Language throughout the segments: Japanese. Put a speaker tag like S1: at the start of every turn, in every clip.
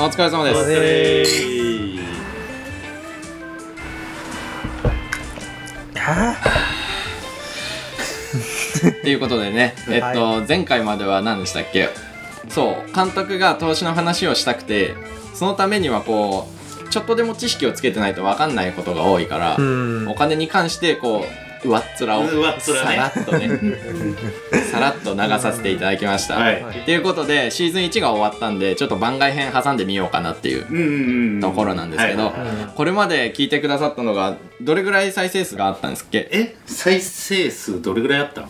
S1: お疲れ様です
S2: お疲れ様
S1: っていうことでね、えっと、前回までは何でしたっけそう監督が投資の話をしたくてそのためにはこうちょっとでも知識をつけてないと分かんないことが多いから、
S2: うん
S1: お金に関してこう上っ面を
S3: 上っ
S1: さ
S3: 面ね
S1: らっと ねさらっと流させていただきました。と、
S3: はい
S1: い、うことでシーズン1が終わったんでちょっと番外編挟んでみようかなっていう
S3: うんうんうん
S1: ところなんですけど、
S3: はいはいはい
S1: これまで聞いてくださったのがどれぐらい再生数があったんですっけ
S3: え再生数どれぐらいあったの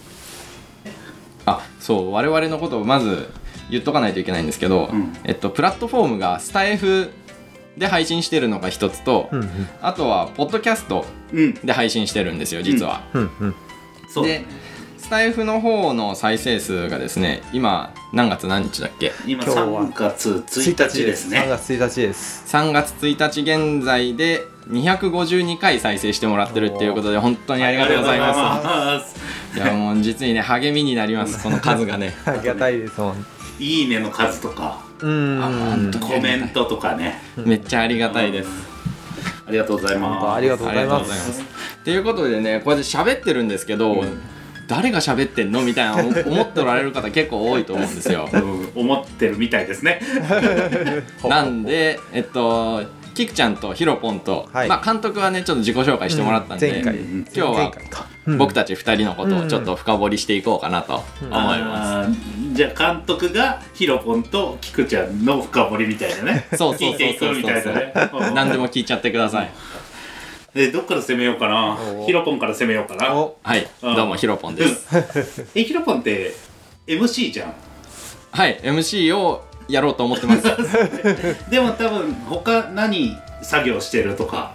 S1: あそう我々のことをまず言っとかないといけないんですけど、
S3: ん
S1: えっと、プラットフォームがスタイフで配信してるのが一つと、
S2: うん
S1: あとはポッドキャスト
S3: うん
S1: で配信してるんですよ実は。
S2: うんうん
S3: そう
S1: でスタイフの方の再生数がですね今何月何日だっけ
S3: 今
S2: 今日は
S3: 3月1日です
S2: 3
S3: ね
S2: 月1日です
S1: 3月1日現在で252回再生してもらってるっていうことで本当にありがとうございます。
S3: ありがとうございます
S1: いやもう実にね励みになりますこの数がね
S2: ありがたいですもん
S3: いいねの数とか
S2: うん
S1: あほんと
S3: コメントとかね
S1: めっちゃありがたいです
S3: ありがとうございます
S2: ありがとうございま
S1: ありがとうございますすということでねこうやって喋ってるんですけど、誰が喋ってんのみたい な思思っておられる方結構多いと思うんですよ
S3: うん思ってるみたいですね
S1: なんでえっとキクちゃんとヒロポンと、
S2: はい
S1: まあ監督はねちょっと自己紹介してもらったんで、
S2: 前回
S3: 今
S1: 日は
S2: 前回か
S1: 僕たち2人のことをちょっと深掘りしていこうかなと思います、
S3: あーじゃあ監督がヒロポンとキクちゃんの深掘りみたいなね
S1: そうそう
S3: 聞い
S1: そ
S3: て
S1: う
S3: いく
S1: そう
S3: み
S1: そ
S3: た
S1: う
S3: いなねうん
S1: 何でも聞いちゃってください
S3: えどっから攻めようかな
S2: お
S3: ヒロポンから攻めようかな
S2: お
S1: はい
S3: うん
S1: どうもヒロポンです
S3: えヒロポンって MC じゃん
S1: はい、MC をやろうと思って ます。はい
S3: でも多分他何作業してるとか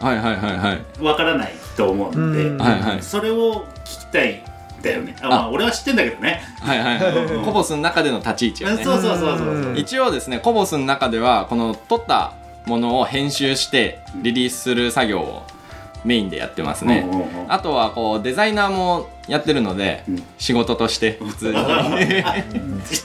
S1: はいはいはい。
S3: わからないと思うんで、
S2: うん
S1: はいはい。
S3: それを聞きたいんだよねあまあ俺は知ってんだけどね
S1: はいはい はい。コボスの中での立ち位置
S3: そ
S1: を
S3: う
S1: ね。
S3: そうそうそうそう
S2: うん
S1: 一応ですね、コボスの中では、この撮ったものを編集してリリースする作業をメインでやってますね。
S3: うんうんうん
S1: あとはこうデザイナーもやってるので、
S3: うん
S1: 仕事として普 通に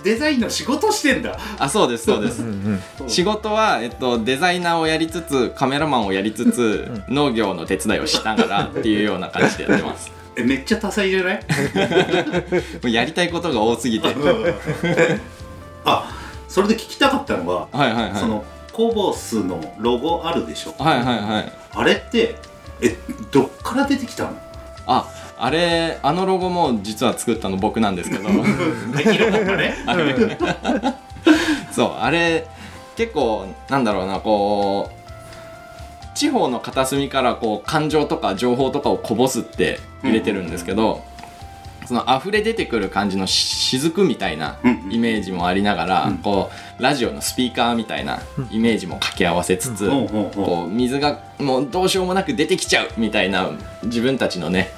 S3: デザインの仕事してんだ
S1: あそうですそうで
S2: う
S1: す
S2: んうん
S1: 仕事は、えっと、デザイナーをやりつつカメラマンをやりつつ農業の手伝いをしながらっていうような感じでやってます
S3: えめっちゃ多彩じゃない
S1: もうやりたいことが多すぎてはい
S3: あそれで聞きたかったのが、
S1: はいはい
S3: そのコボスのロゴあるでしょ
S1: はいはいはい
S3: あれってえどっから出てきたの
S1: ああれあのロゴも実は作ったの僕なんですけど
S3: ヒロポンがね
S1: あれそうあれ結構なんだろうなこう地方の片隅からこう感情とか情報とかをこぼすって入れてるんですけど、その溢れ出てくる感じのし雫みたいな
S3: うんうん
S1: イメージもありながら、
S3: うん
S1: こうラジオのスピーカーみたいなイメージも掛け合わせつつ、
S3: うんうんうん
S1: こう水がもうどうしようもなく出てきちゃうみたいな自分たちのね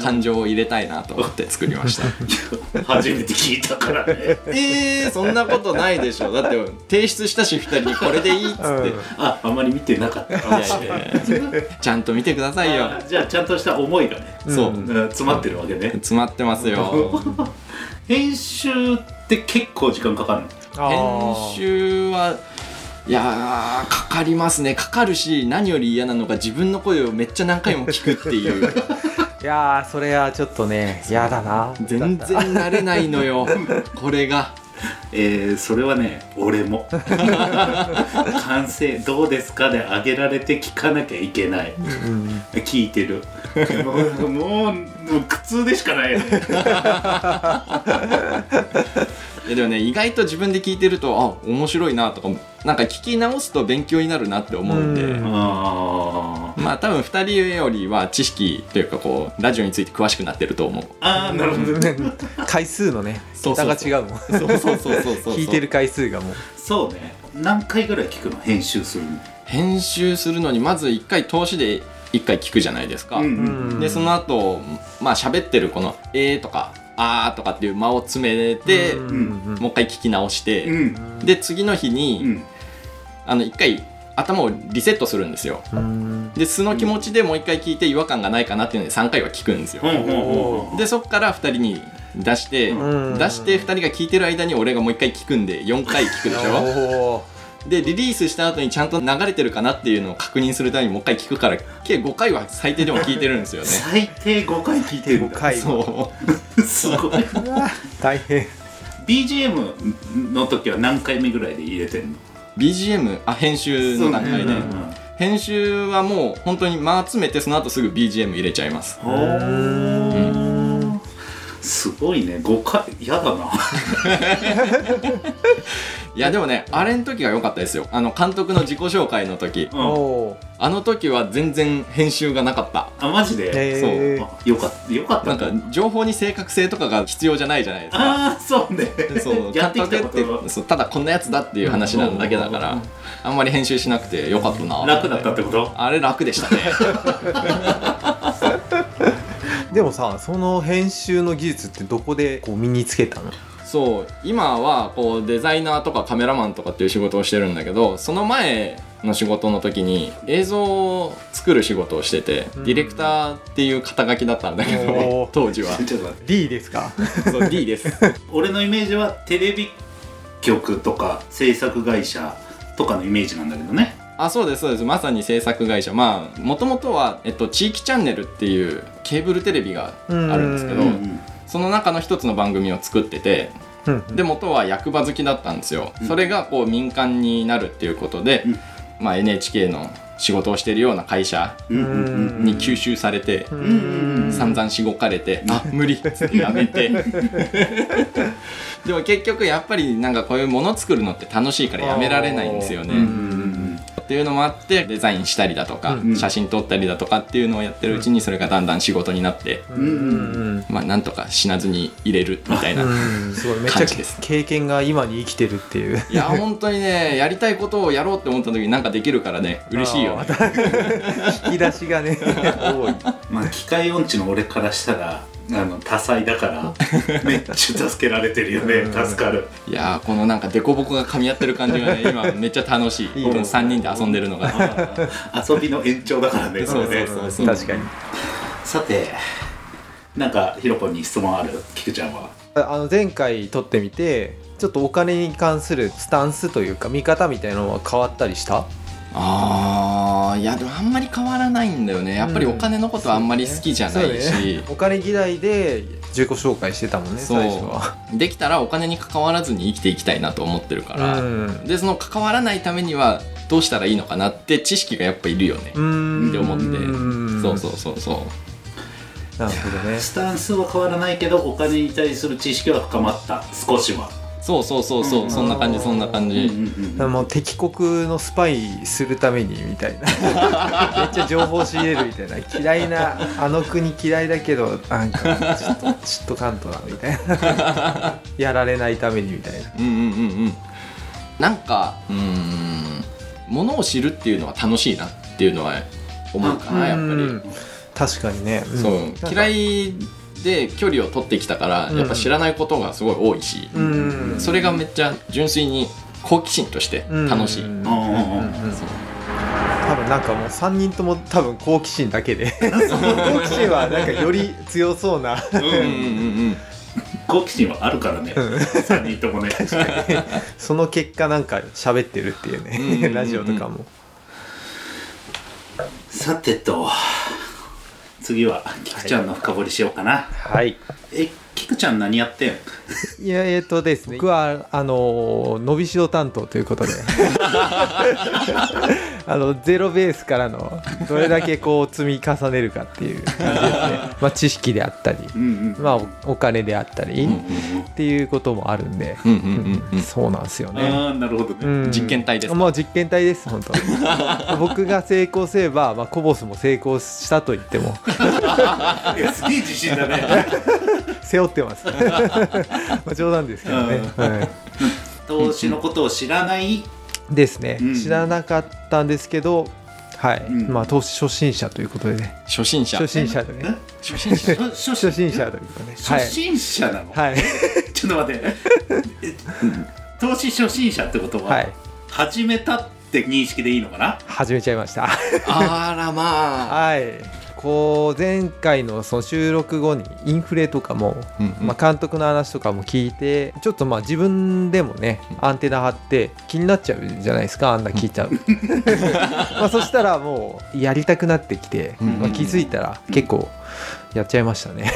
S1: 感情を入れたいなと思って作りました
S3: 初めて聞いたから ね
S1: えー、そんなことないでしょだって提出したし2人にこれでいいっつって、
S2: うん
S1: い
S3: ああんまり見てなかったかもしれ
S1: や
S3: ない
S1: いやいやちゃんと見てくださいよ
S3: あじゃあちゃんとした思いがね、
S1: そう
S2: うん
S3: うん詰まってるわけね
S1: 詰まってますよ
S3: 編集って結構時間かかるの
S1: 編
S2: あー
S1: 集はいやーかかりますねかかるし何より嫌なのが自分の声をめっちゃ何回も聞くっていう
S2: いやーそれはちょっとね嫌だな
S1: 全然慣れないのよこれが
S3: えー、それはね俺 も完成どうですかで上げられて聞かなきゃいけない
S2: うん
S3: 聞いてるもうもうもう苦痛でしかないよね
S1: いやでもね意外と自分で聞いてるとあ面白いなとかなんか聞き直すと勉強になるなって思うんで、
S2: うん
S3: あー
S1: まあ多分2人よりは知識というかこうラジオについて詳しくなってると思う
S3: あーなるほどね
S2: 回数のね
S1: そうそう
S2: 桁が
S1: そう
S2: 違うもん
S1: そうそうそうそうそう
S2: 聞いてる回数がもう
S3: そうね何回ぐらい聞くの編集するの
S1: 編集するのにまず1回通しで1回聞くじゃないですか、
S3: う
S2: う
S3: ん
S2: ん
S1: でその後まあ喋ってるこの「えー」とか「あー」とかっていう間を詰めて、
S2: うんうん
S1: もう一回聞き直し
S3: う
S1: て、
S3: ん
S1: で次の日に、
S3: うん
S1: あの1回頭をリセットするんですよ、
S2: うん
S1: で素の気持ちでもう一回聞いて違和感がないかなっていうので3回は聞くんですよ、
S3: ほうほうほうほう
S1: でそっから2人に出して、
S2: うん
S1: 出して2人が聞いてる間に俺がもう1回聞くんで4回聞くでしょ
S2: おー
S1: でリリースした後にちゃんと流れてるかなっていうのを確認するためにもう1回聞くから計5回は最低でも聞いてるんです よね
S3: 最低5回聞いてるん
S2: 5
S3: だ
S2: 回
S1: そ
S3: すごい
S2: 大変
S3: BGM の時は何回目ぐらいで入れてん
S1: う
S3: の
S1: BGM あ編集の段階
S3: そう
S1: で、
S3: ねうんうん
S1: 編集はもう本当に間詰めてその後すぐ BGM 入れちゃいます
S3: おーすごいね5回やだな
S1: いやでもねあれの時が良かったですよあの監督の自己紹介の時
S3: うん
S2: おー
S1: あの時は全然編集がなかった
S3: あマジで、
S2: えー
S3: あよかったよかっ
S1: な
S3: た
S1: んか情報に正確性とかが必要じゃないじゃないですか
S3: ああそうね
S1: そう
S3: やってきた
S1: 監
S3: こ
S1: 督って
S3: と
S1: そうただこんなやつだっていう話なんだけだから、あんまり編集しなくてよかったな
S3: 楽だったってこと
S1: あれ楽でしたね
S2: でもさその編集の技術ってどこでこう身につけたの
S1: そう今はこうデザイナーとかカメラマンとかっていう仕事をしてるんだけどその前の仕事の時に映像を作る仕事をしてて、
S2: うん
S1: ディレクターっていう肩書きだったんだけ
S2: お
S1: ど
S2: ー
S1: 当時は
S3: ちょっと待って
S2: D ですか
S1: そう D です
S3: 俺のイメージはテレビ局とか制作会社とかのイメージなんだけどね
S1: あそうですそうですまさに制作会社まあもともとは、えっと、地域チャンネルっていうケーブルテレビがあるんですけ
S2: う
S1: ど
S3: うん
S1: その中の一つの番組を作ってて
S2: うん
S1: で元は役場好きだったんですよ、
S3: うん
S1: それがこう民間になるっていうことで、まあ、NHK の仕事をしてるような会社
S3: うんうんうんうん
S1: に吸収されて、
S2: うん
S3: うん
S1: 散々しごかれて、あ無理っつってやめ てでも結局やっぱりなんかこういうもの作るのって楽しいからやめられないんですよね、
S3: うんうん
S1: っていうのもあってデザインしたりだとか、
S2: うん
S1: 写真撮ったりだとかっていうのをやってるうちにそれがだんだん仕事になって、
S2: うんうんうん
S1: まあなんとか死なずに入れるみたいな。
S2: うんすごいめっち
S1: 感
S2: ゃ
S1: じです
S2: 経験が今に生きてるっていう
S1: いや本当にねやりたいことをやろうって思った時になんかできるからね嬉しいよ、
S2: あ
S1: ね、
S2: ー引き出しがね多い
S3: まあ機械音痴の俺からしたらあの多彩だ からめっちゃ助けられてるよね
S2: うん
S3: 助かる
S1: いやーこのなんか凸凹が噛み合ってる感じがね今めっちゃ楽しい
S2: いいね
S1: この3人で遊んでるのが
S3: 遊びの延長だからね
S1: そう
S3: これね
S1: そうそう
S2: 確かに
S3: さてなんかひろぽんに質問ある菊ちゃんは
S2: あの前回撮ってみてちょっとお金に関するスタンスというか見方みたいなのは変わったりした
S1: あーいやでもあんまり変わらないんだよねやっぱりお金のことはあんまり好きじゃない
S2: そう
S1: し、
S2: ねお金嫌いで自己紹介してたもんね
S1: そう
S2: 最初は
S1: できたらお金に関わらずに生きていきたいなと思ってるから、
S2: うん
S1: でその関わらないためにはどうしたらいいのかなって知識がやっぱいるよね、
S2: うん
S1: って思って
S2: ん
S1: そうそうそうそ
S2: なるほどね
S3: スタンスは変わらないけどお金に対する知識は深まった少しは、
S1: うそうそうそうそう、
S3: うん
S1: そんな感じそんな感
S3: うんう
S1: じ、
S3: んうん
S2: もう敵国のスパイするためにみ たいなめっちゃ情報仕入れるみたいな嫌いなあの国嫌いだけどなんかちょっと嫉妬関東だみたいなやられないためにみたいな
S1: うん、うんうんうんなんかうーんものを知るっていうのは楽しいなっていうのは思うかなやっぱり、
S2: うん確かにね、
S1: そう、嫌
S2: い
S1: いで距離を取ってきたから、やっぱ知らないことがすごい多いし、
S2: うん
S1: それがめっちゃ純粋に好奇心として楽しい、
S2: うんうん
S3: うんうんうん
S2: うん
S1: そう
S2: 多分なんかもう3人とも多分好奇心だけで好奇心はなんかより強そうな
S1: うんうんうんうん
S3: 好奇心はあるからね3人ともね
S2: その結果なんか喋ってるっていう
S1: うんうんうんう
S2: ね
S1: ん
S2: ラジオとかも
S3: さてと次は菊ちゃんの深掘りしようかな、
S2: はい
S3: え菊ちゃん何やってん
S2: いやえっとですね僕はあの伸びしろ担当とい うことであのゼロベースからのどれだけこう積み重ねるかっていう感じ ですね、まあ、知識であったり、
S3: うんうん
S2: まあ、おお金であったり、
S1: うん
S2: っていうこともあるんで、
S1: うんうんうんうん
S2: そうなんですよね。
S3: ああなるほどね、
S2: うん
S1: 実験体ですか
S2: もう実験体です本当に 僕が成功すれば、まあ、コボスも成功したと言っ ても
S3: いやすげえ自信だね
S2: 背負ってま すまあ冗談ですけどね、
S3: う
S2: はい
S3: 投資のことを知らない
S2: ですね、
S3: うん
S2: 知らなかったんですけどはい、
S3: うん
S2: まあ投資初心者ということでね
S1: 初心者
S2: 初心者でね
S3: え
S1: 初心者
S3: 初初
S2: 初心者ということね
S3: 初心者なの、
S2: はいはい、
S3: ちょっと待ってえ投資初心者ってことは、
S2: はい、
S3: 始めたって認識でいいのかな
S2: 始めちゃいました
S1: あらまあ
S2: はいこう前回のその収録後にインフレとかも、
S1: うんうん
S2: まあ、監督の話とかも聞いてちょっとまあ自分でもねアンテナ張って気になっちゃうじゃないですかあんな聞いちゃう まあそしたらもうやりたくなってきて、
S1: うん
S2: まあ、気づいたら結構やっちゃいましたね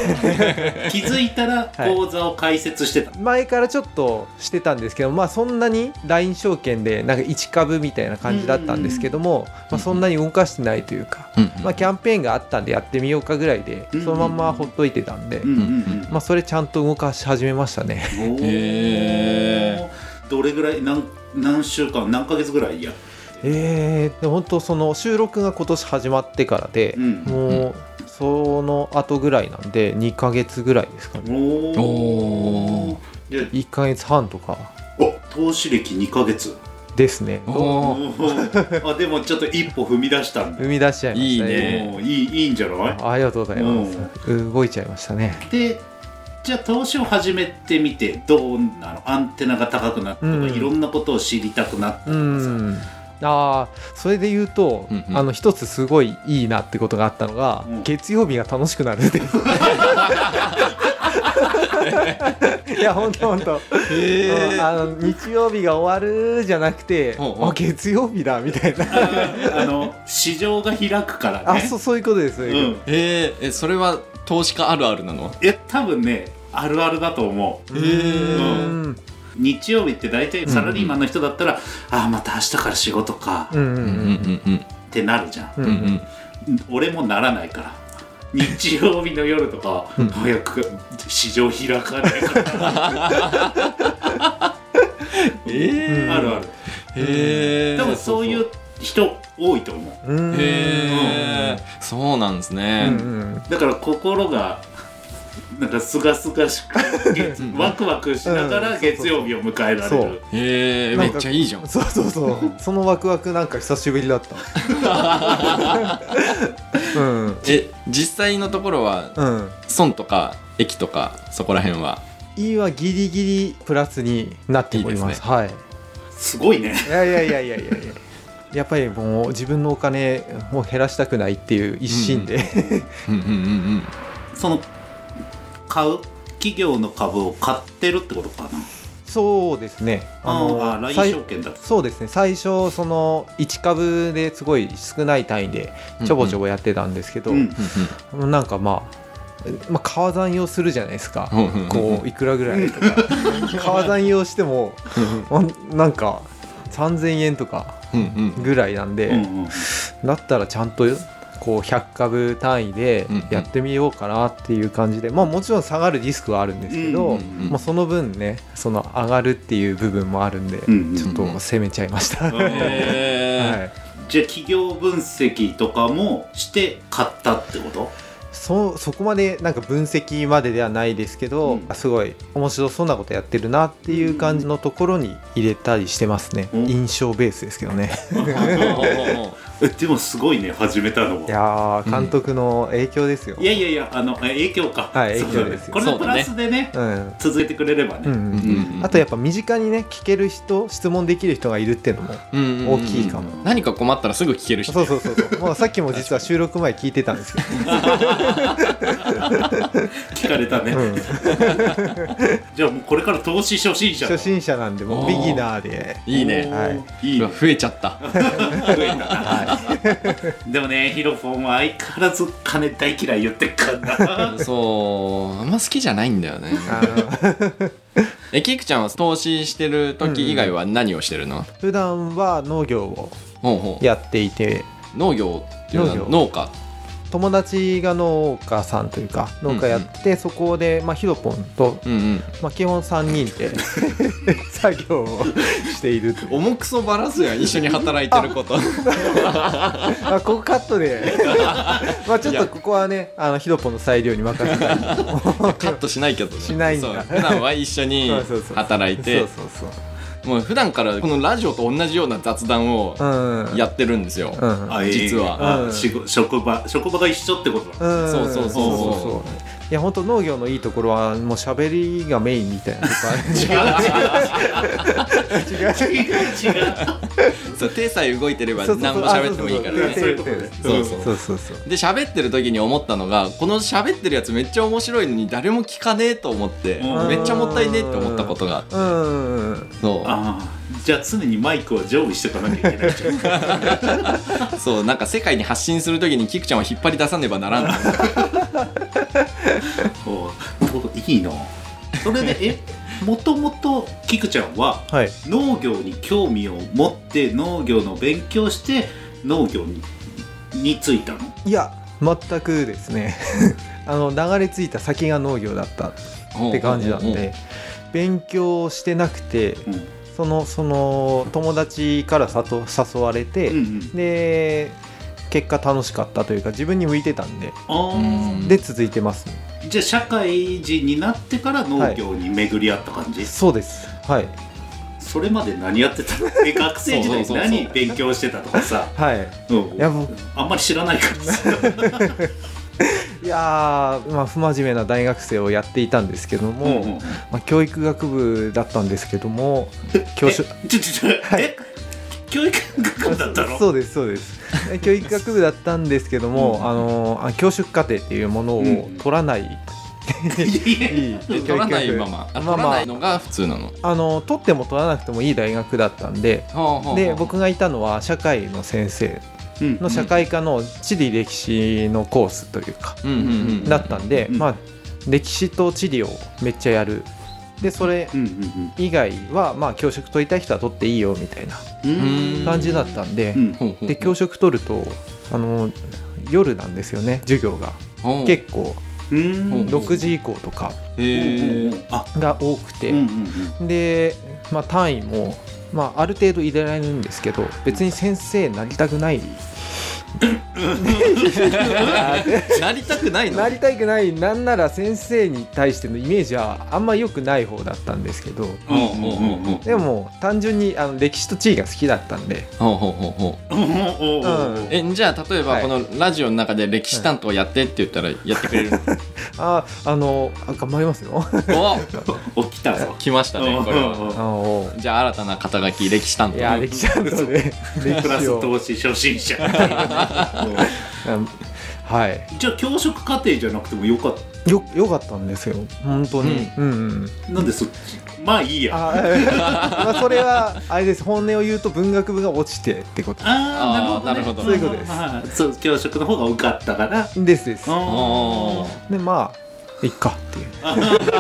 S3: 気づいたら
S2: はい
S3: 口座を開設してた、
S2: 前からちょっとしてたんですけどまあそんなに LINE 証券でなんか1株みたいな感じだったんですけども、まあ、そんなに動かしてないというか、
S1: うんうん
S2: まあ、キャンペーンがあったんでやってみようかぐらいで
S3: うん
S2: そのまんまほっといてたんで、
S3: うんうんうん
S2: まあ、それちゃんと動かし始めましたね
S3: おー
S1: へ
S3: どれぐらい何何週間何ヶ月ぐらいや
S2: え ー、で本当その収録が今年始まってからで、
S3: うん
S2: もうその後ぐらいなんで2ヶ月ぐらいですかね
S3: お
S1: お
S3: おじゃ
S2: 1ヶ月半とか
S3: あ投資歴2ヶ月
S2: ですね
S1: おー
S3: お ーあでもちょっと一歩踏み出したんだ
S2: 生み出しちゃいました
S1: いいね
S3: おーいいいいんじゃない
S2: あありがとうございます、動いちゃいましたね
S3: でじゃあ投資を始めてみてどうなのアンテナが高くなったとか、
S2: うん
S3: いろんなことを知りたくな ったと
S2: う
S3: かさ、
S2: んあーそれで言うと、
S1: うんうん
S2: あの一つすごいいいなってことがあったのが、
S3: うん
S2: 月曜日が楽しくなるっていういや本当本当うんあの日曜日が終わるじゃなくて、
S1: うんうん
S2: あ月曜日だみたいな
S3: あの市場が開くからね
S2: あそうそういうことです
S3: う
S2: ね、
S3: ん、
S1: えーえそれは投資家あるあるなの
S3: いや多分ねあるあるだと思
S2: う
S3: う
S2: ーん
S3: 日曜日って大体サラリーマンの人だったら、ああまた明日から仕事か
S2: うんう
S1: うんんうん
S3: ってなるじゃん、
S2: うん
S1: うんうん
S3: 俺もならないから日曜日の夜とか、
S2: うん
S3: 早く市場開かないから
S1: え
S2: うん
S3: あるある
S1: ーへえ
S3: 多分そういう人多いと思う
S2: うんう
S1: へ
S2: ん
S1: えそうなんです
S2: う
S1: ね
S2: んうん
S3: だから心がなんかすがすがしく月
S1: うん
S3: ワクワクしながら月曜日を迎えら
S2: そ
S3: れ
S2: う
S3: る
S1: へえ
S2: な
S1: め
S2: んか
S1: っちゃいいじゃん
S2: そうそうそう そのワクワクなんか久しぶりだった うん
S1: え実際のところは
S2: うん
S1: 損とか益とかそこら辺は
S2: E はギリギリプラスになっております
S1: いいです
S2: はい
S3: すごいね
S2: いやいやいやいやいやいややっぱりもう自分のお金を減らしたくないっていう一心で、
S1: うんうんうん
S3: その買う企業の株を買ってるってことかな
S2: そうですね
S3: あのあ LINE
S2: 最
S3: 証券だと
S2: そうですね最初その1株ですごい少ない単位でちょぼちょぼやってたんですけど、
S3: うん
S1: う
S2: なんかまあ、まあ、川山用するじゃないですか、
S1: んうんうんうん
S2: こういくらぐらいと か川山用してもまなんか3000円とか
S1: うんうん
S2: ぐらいなんで、
S3: うんうん
S2: だったらちゃんとこう100株単位でやってみようかなっていう感じで、まあもちろん下がるリスクはあるんですけど、
S3: うんう
S1: う
S3: ん
S1: ん
S2: まあ、その分ねその上がるっていう部分もあるんで、
S3: うんうん
S2: ちょっと攻めちゃいました、
S3: うん
S1: へ
S2: は
S1: え
S2: い、
S3: じゃあ企業分析とかもして買ったってこと
S2: そそこまでなんか分析までではないですけど、
S3: うん
S2: すごい面白そうなことやってるなっていう感じのところに入れたりしてますね、
S3: うん
S2: 印象ベースですけどね
S3: えでもすごいね始めたの
S2: い
S3: は
S2: やー監督の影響ですよ、
S3: いやいやいやあのえ影響か
S2: はい
S3: そう
S2: 影響
S3: だね
S2: ですよ
S3: これ
S1: そ
S3: の
S1: う
S3: プ
S1: だね
S3: ラスでね
S2: うん
S3: 続いてくれれば
S2: う
S3: ね
S2: ん
S1: うんうんうん
S2: あとやっぱ身近にね聞ける人質問できる人がいるっていうのも
S1: うんうん
S2: 大きいかも、
S3: うん
S1: 何か困ったらすぐ聞ける人
S2: そうそうそう そうもうさっきも実は収録前聞いてたんですけ
S3: 聞かれたね
S2: ど、うん、
S3: じゃあもうこれから投資初心者だ
S2: 初心者なんでもうビギナーで
S1: いいね
S2: はい
S3: いいうね
S1: わ増えちゃ った
S3: 増えたなでもねヒロポンは相変わらず金大嫌い言ってっからな
S1: そうあんま好きじゃないんだよね
S2: あの
S1: えキクちゃんは投資してる時以外は何をしてるの、
S2: 普段は農業を
S1: ほうほう
S2: やっていて
S1: 農業っていうのは
S2: 農業
S1: 農家
S2: 友達が農家さんというか農家やって、そこで、まあ、ヒロポンと、
S1: うんうん
S2: まあ、基本3人 で作業をしているという
S1: 重くそバラすやん一緒に働いてること
S2: あここカットで まあちょっとここはねあのヒロポンの裁量に任せたい
S1: カットしないけどね
S2: しないんだ
S1: そう普段は一緒に
S2: そうそうそう
S1: 働いて
S2: そうそうそう
S1: もう普段からこのラジオと同じような雑談を
S2: うん
S1: やってるんですよ、
S2: うん
S1: 実は
S3: あ
S2: うん
S3: 仕事職場職場が一緒ってことだ
S2: うん
S1: そうそうそうそう
S2: そういや本当農業のいいところはもう喋りがメインみたいなとこある違う
S3: 違う違う
S1: そう手さえ動いてれば
S2: そうそうそ
S1: 何
S2: う
S1: も喋ってもいいから
S3: うん
S1: ね
S3: そういうことね
S1: そう そう
S2: そうそうそう
S1: で喋ってる時に思ったのがこの喋ってるやつめっちゃ面白いのに誰も聞かねえと思って
S3: うん
S1: めっちゃもったいねえって思ったことがあって
S2: うんうん
S1: そ
S3: ああじゃあ常にマイクは常備しておかなきゃいけないじ ゃん
S1: うそうなんか世界に発信する時にキクちゃんを引っ張り出さねばなら んと
S3: おういいなそれでえもともとキクちゃんは
S2: はい
S3: 農業に興味を持って農業の勉強して農業にについたの
S2: いや全くですね あの流れ着いた先が農業だったって感じなんで勉強してなくて
S3: うん
S2: そのその友達からさと誘われて、
S3: うんうん
S2: で結果楽しかったというか自分に向いてたんで
S3: あ
S1: う
S3: ー
S1: ん
S2: で続いてます、
S3: じゃあ社会人になってから農業に巡り合った感じ、
S2: そうですはい
S3: それまで何やってたのえ学生時代
S1: そうそうそうそう
S3: 何勉強してたとかさ、
S2: はい
S3: うん
S2: いや僕
S3: あんまり知らないからさ
S2: いやー、まあ、不真面目な大学生をやっていたんですけども、
S3: うんうん
S2: まあ、教育学部だったんですけども教職
S3: えちょちょちょ、
S2: はい
S3: え教育学部だったの
S2: そうですそうです教育学部だったんですけども、
S1: うん
S2: あのあ教職課程っていうものを
S3: うん
S2: 取らない、
S3: いやいや
S2: いい
S1: で取らないままあ取
S2: まあまあ
S1: らないのが普通なの
S2: あの取っても取らなくてもいい大学だったんでで僕がいたのは社会の先生
S3: うん
S2: の社会科の地理歴史のコースというか、
S1: うんうんうん
S2: だったんで、
S3: うん
S2: まあ歴史と地理をめっちゃやるでそれ
S3: うんうん
S2: 以外はまあ教職取りたい人は取っていいよみたいな
S3: うん
S2: 感じだったんで、
S3: うん
S1: ほうほう
S2: で教職取るとあの夜なんですよね授業が
S1: ほう
S2: 結構
S3: うん
S1: うん
S3: うん
S2: 6時以降とか
S1: へー
S3: あ
S2: が多くて、
S3: うんうん
S2: で、まあ、単位も、まあ、ある程度入れられるんですけど別に先生なりたくない
S1: なりたくないの
S2: なりたくないなんなら先生に対してのイメージはあんま良くない方だったんですけど
S1: ほうほうほうほう
S2: でも単純にあの歴史と地理が好きだったんで、
S1: ほうほうほうほう
S3: うんうんうんうんうん
S1: えじゃあ例えば
S2: はい
S1: このラジオの中で歴史担当やってって言ったらやってくれるの
S2: ああのあ頑張りますよ
S1: お
S3: お起きたぞ
S1: 来ました ねこれ
S3: うん
S1: は
S3: うんうん
S2: あの
S1: じゃあ新たな肩書き歴史担当
S2: いや歴史担当で歴
S3: プラ
S2: 史
S3: ス
S2: を
S3: 投資初心者うん
S2: うんはい
S3: じゃあ教職課程じゃなくてもよかっ
S2: よよかったんですよ本当に、うんうん、
S3: たなんでそっちまあいいや
S2: あ まあそれはあれです本音を言うと文学部が落ちてってこと
S3: ああなるほ
S2: あーなるほど
S3: ど、ね、
S2: そういうことです
S3: まあそう教職の方が多かったから
S2: ですです
S1: おー
S2: でまあいっかって いう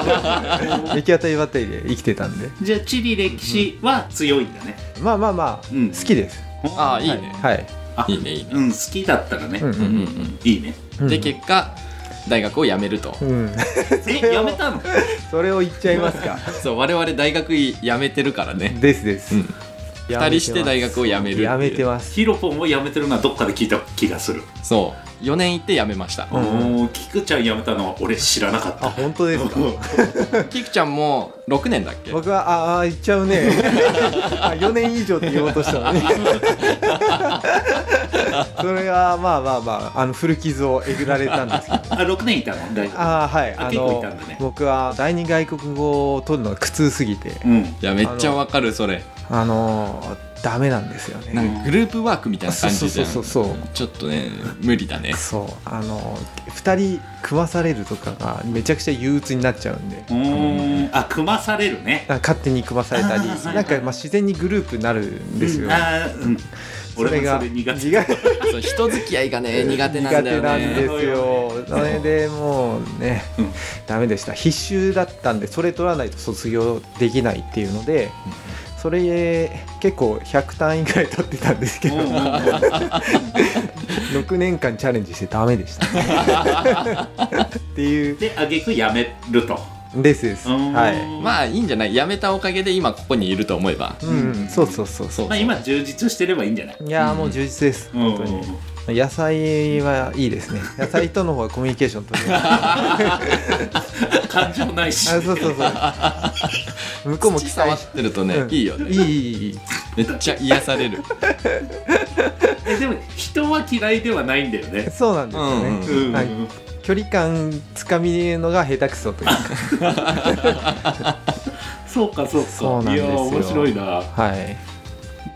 S2: 行き当たりばったりで生きてたんで
S3: じゃあ地理歴史は強いんだね
S2: まあまあまあ、
S3: うん
S2: 好きです
S1: ああいいね
S2: はい、
S3: あ
S1: いいねいいね
S3: うん好きだったらね、
S2: うん
S1: うんうん
S3: いいね
S1: うんで
S2: うん
S1: 結果大学を辞めると
S2: うん、
S3: えやめたの
S2: それを言っちゃいます か
S1: そう我々大学辞めてるからね
S2: ですです、
S1: うん二人して大学を辞める
S2: やめてます
S3: ヒロポンも辞めてるのはどっかで聞いた気がする、
S1: そう4年行って辞めました
S2: うん
S3: おーキクちゃん辞めたのは俺知らなかっ
S2: あ
S3: た
S2: 本当ですか
S1: キクちゃんも6年だっけ
S2: 僕はああ言っちゃうねあ4年以上って言おうとしたの にそれはまあまあまああの古傷をえぐられたんですけど
S3: あ6年いたの大丈夫
S2: ああはい
S3: あ
S2: あ
S3: 結構い
S2: の
S3: たんだね
S2: 僕は第二外国語を取るのが苦痛すぎて
S3: うん
S1: いやめっちゃわかるそれ
S2: あのダメなんですよ
S1: な
S2: ね
S1: んかグループワークみたいな感じじゃん
S2: そうそうそうそう
S1: ちょっとね無理だ ね
S2: そうあの2人組まされるとかがめちゃくちゃ憂鬱になっちゃうんで
S3: うーんあ組まされるね
S2: なんか勝手に組まされたり
S3: あーはい
S2: なんかまあ自然にグループになるんですよ
S3: うん、あーうん
S2: そ
S3: 俺
S2: れ
S3: も
S2: が
S3: それ苦手
S2: 苦手
S1: そう人付き合いがね苦手なんだよね
S2: 苦手なんですよそれでもうね、
S3: うん
S2: ダメでした必修だったんでそれ取らないと卒業できないっていうので、それ結構100単位ぐらい取ってたんですけど、
S3: うんうんうん
S2: 6年間チャレンジしてダメでした、っていう
S3: で挙句辞めると
S2: ですです
S3: うん
S2: はい
S1: ま
S3: まあ
S1: あいいんじゃない辞めたおかげで今ここにいると思えば
S2: うん、そうそうそうそ
S1: そうう、
S3: 今充実してればいいんじゃない
S2: いやーもう充実です、
S3: うん
S2: 本当に野菜はいいですね野菜との方がコミュニケーション取れるあ
S3: 感情ないし
S2: そうそうそう 向こうも
S1: 土
S2: 期
S1: 触
S2: 待
S1: ってるとね、
S2: うん
S1: いいよ
S2: いい
S1: ね
S2: いいいい
S1: めっちゃ癒される
S3: えでも人は嫌いではないんだよね
S2: そうなんですよね、
S1: うん
S3: うんうん
S2: はい距離感つかみるのが下手くそというか
S3: そうかそうか
S2: そうなんですよ
S3: いや面白いな
S2: はい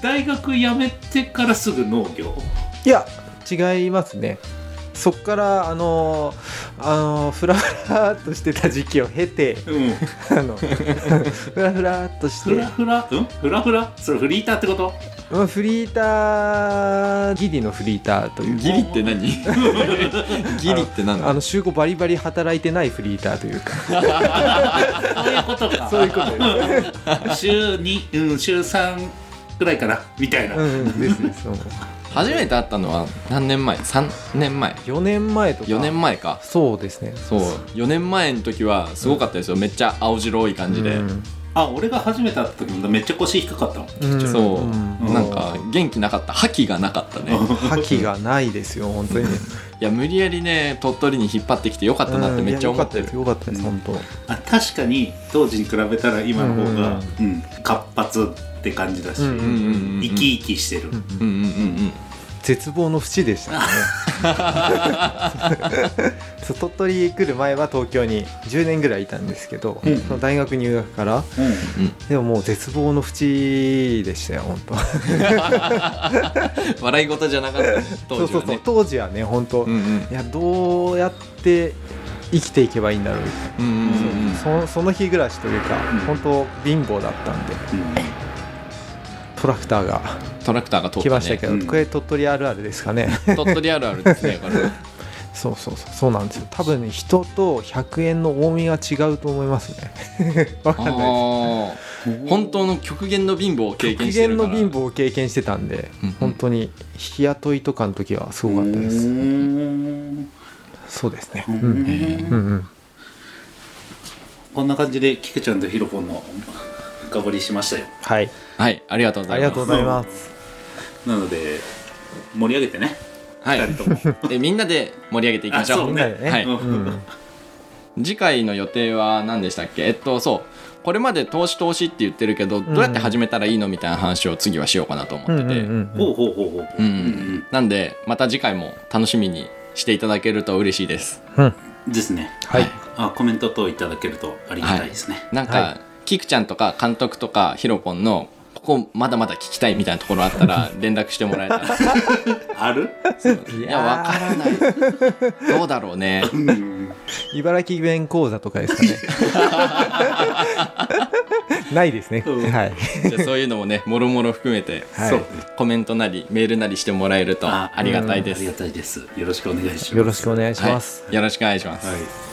S3: 大学辞めてからすぐ農業
S2: いや違いますねそっからあのあのフラフラーっとしてた時期を経て
S3: うん
S2: あのフラフラーっとし
S3: フ
S2: て
S3: ラフラうんフラフラそれフリーターって こと
S2: うんフリーターギリのフリーターという
S1: ギリって 何ギリって何
S2: あの週5バリバリ働いてないフリーターというか
S3: そういうことか
S2: そういうことです
S3: 週2、うん、週3ぐらいかなみたいな、
S2: うんうんですですうん
S1: 初めて会ったのは何年前3年前
S2: 4年前とか
S1: 4年前か
S2: そうですね
S1: そう4年前の時はすごかったですよめっちゃ青白い感じで、
S2: うん
S3: あ俺が初めて会った時もめっちゃ腰引っかかったもん
S2: うん
S1: そう、
S2: ん
S1: なんか元気なかった覇気がなかったね
S2: 覇気がないですよ本 当に
S1: いや無理やりね鳥取に引っ張ってきてよかったなってめっちゃ思ってる、
S2: うんいやよかったですよかったです
S3: あ確かに当時に比べたら今の方が
S2: う、
S3: うん活発って感じだし、
S2: うんうん
S1: うんうんうん
S3: 生き生きしてる、
S2: 本当
S1: う
S2: に
S1: んうんうん
S2: 絶望の淵 でしたねそう鳥取来る前は東京に10年ぐらいいたんですけど、
S3: うん
S2: その大学入学からでももう絶望の淵でしたよ本当
S1: うん笑い事じゃなかったね
S2: そ
S1: 当
S2: う
S1: 時
S2: そう
S1: は
S2: そう
S1: ね
S2: 当時はね本当、
S1: う
S2: い
S1: んうん
S2: やどうやって生きていけばいいんだろう、
S1: うんうんうん
S2: そその日暮らしというか、
S3: うん
S2: 本当貧乏だったんで
S3: うん
S2: トラクターが
S1: トラクターが通っ
S2: 来
S1: た
S2: ましたけ
S1: ね
S2: ど、
S3: うん
S2: これ鳥取あるあるですか ね
S1: 鳥取あるあるですね これは
S2: そうそうそうそうなんですよ多分ね人と100円の重みが違うと思いますね わかんないです
S1: あー本当の極限の貧乏を経験
S2: 極
S1: してる
S2: 限
S1: か
S2: の
S1: ら
S2: 貧乏を経験してたんで、
S1: うんうん
S2: 本当に日雇いとかの時はすごかったで
S3: う
S2: す
S3: ん
S2: そうですね
S3: う
S2: うんんうんうん
S3: こんな感じで菊ちゃんとひろぽんの深掘りしましたよ
S2: はい
S1: はいありがとうご
S2: あ
S1: ざいます
S2: りがとうございます
S3: なので盛り上げてね
S1: はい
S3: 二人と も
S1: でみんなで盛り上げていきまし
S3: あ
S1: ょ
S3: そう
S2: みんなでね、
S1: はいう
S3: うん
S2: ん、
S1: 次回の予定は何でしたっけえっとそうこれまで投資投資って言ってるけどどうやって始めたらいいのみたいな話を次はしようかなと思っ
S2: うんう
S1: て
S2: んう
S1: て
S2: んうん
S3: ほうほうほうほう
S1: う
S3: うん
S1: んなんでまた次回も楽しみにしていただけると嬉しいです
S2: うん
S3: うんですね
S2: はい
S3: あコメント等いただけるとありがたいですね、
S1: なんか、
S2: は
S1: キクちゃんとか監督とかヒロポンのここまだまだ聞きたいみたいなところあった ら連絡してもらえたら
S3: ある
S1: い
S2: い
S1: やわからないどうだろうね
S3: うん
S2: 茨城弁講座とかですか ねないですね、
S3: うん
S2: はい
S1: じゃあそういうのもねもろもろ含めて
S2: はい
S3: そう
S1: コメントなりメールなりしてもらえるとありがたい
S3: あ
S1: で
S3: り
S1: す
S3: がたいですよろしくお願いします
S2: よろしくお願いします、
S1: はい、よろしくお願いします、
S3: はい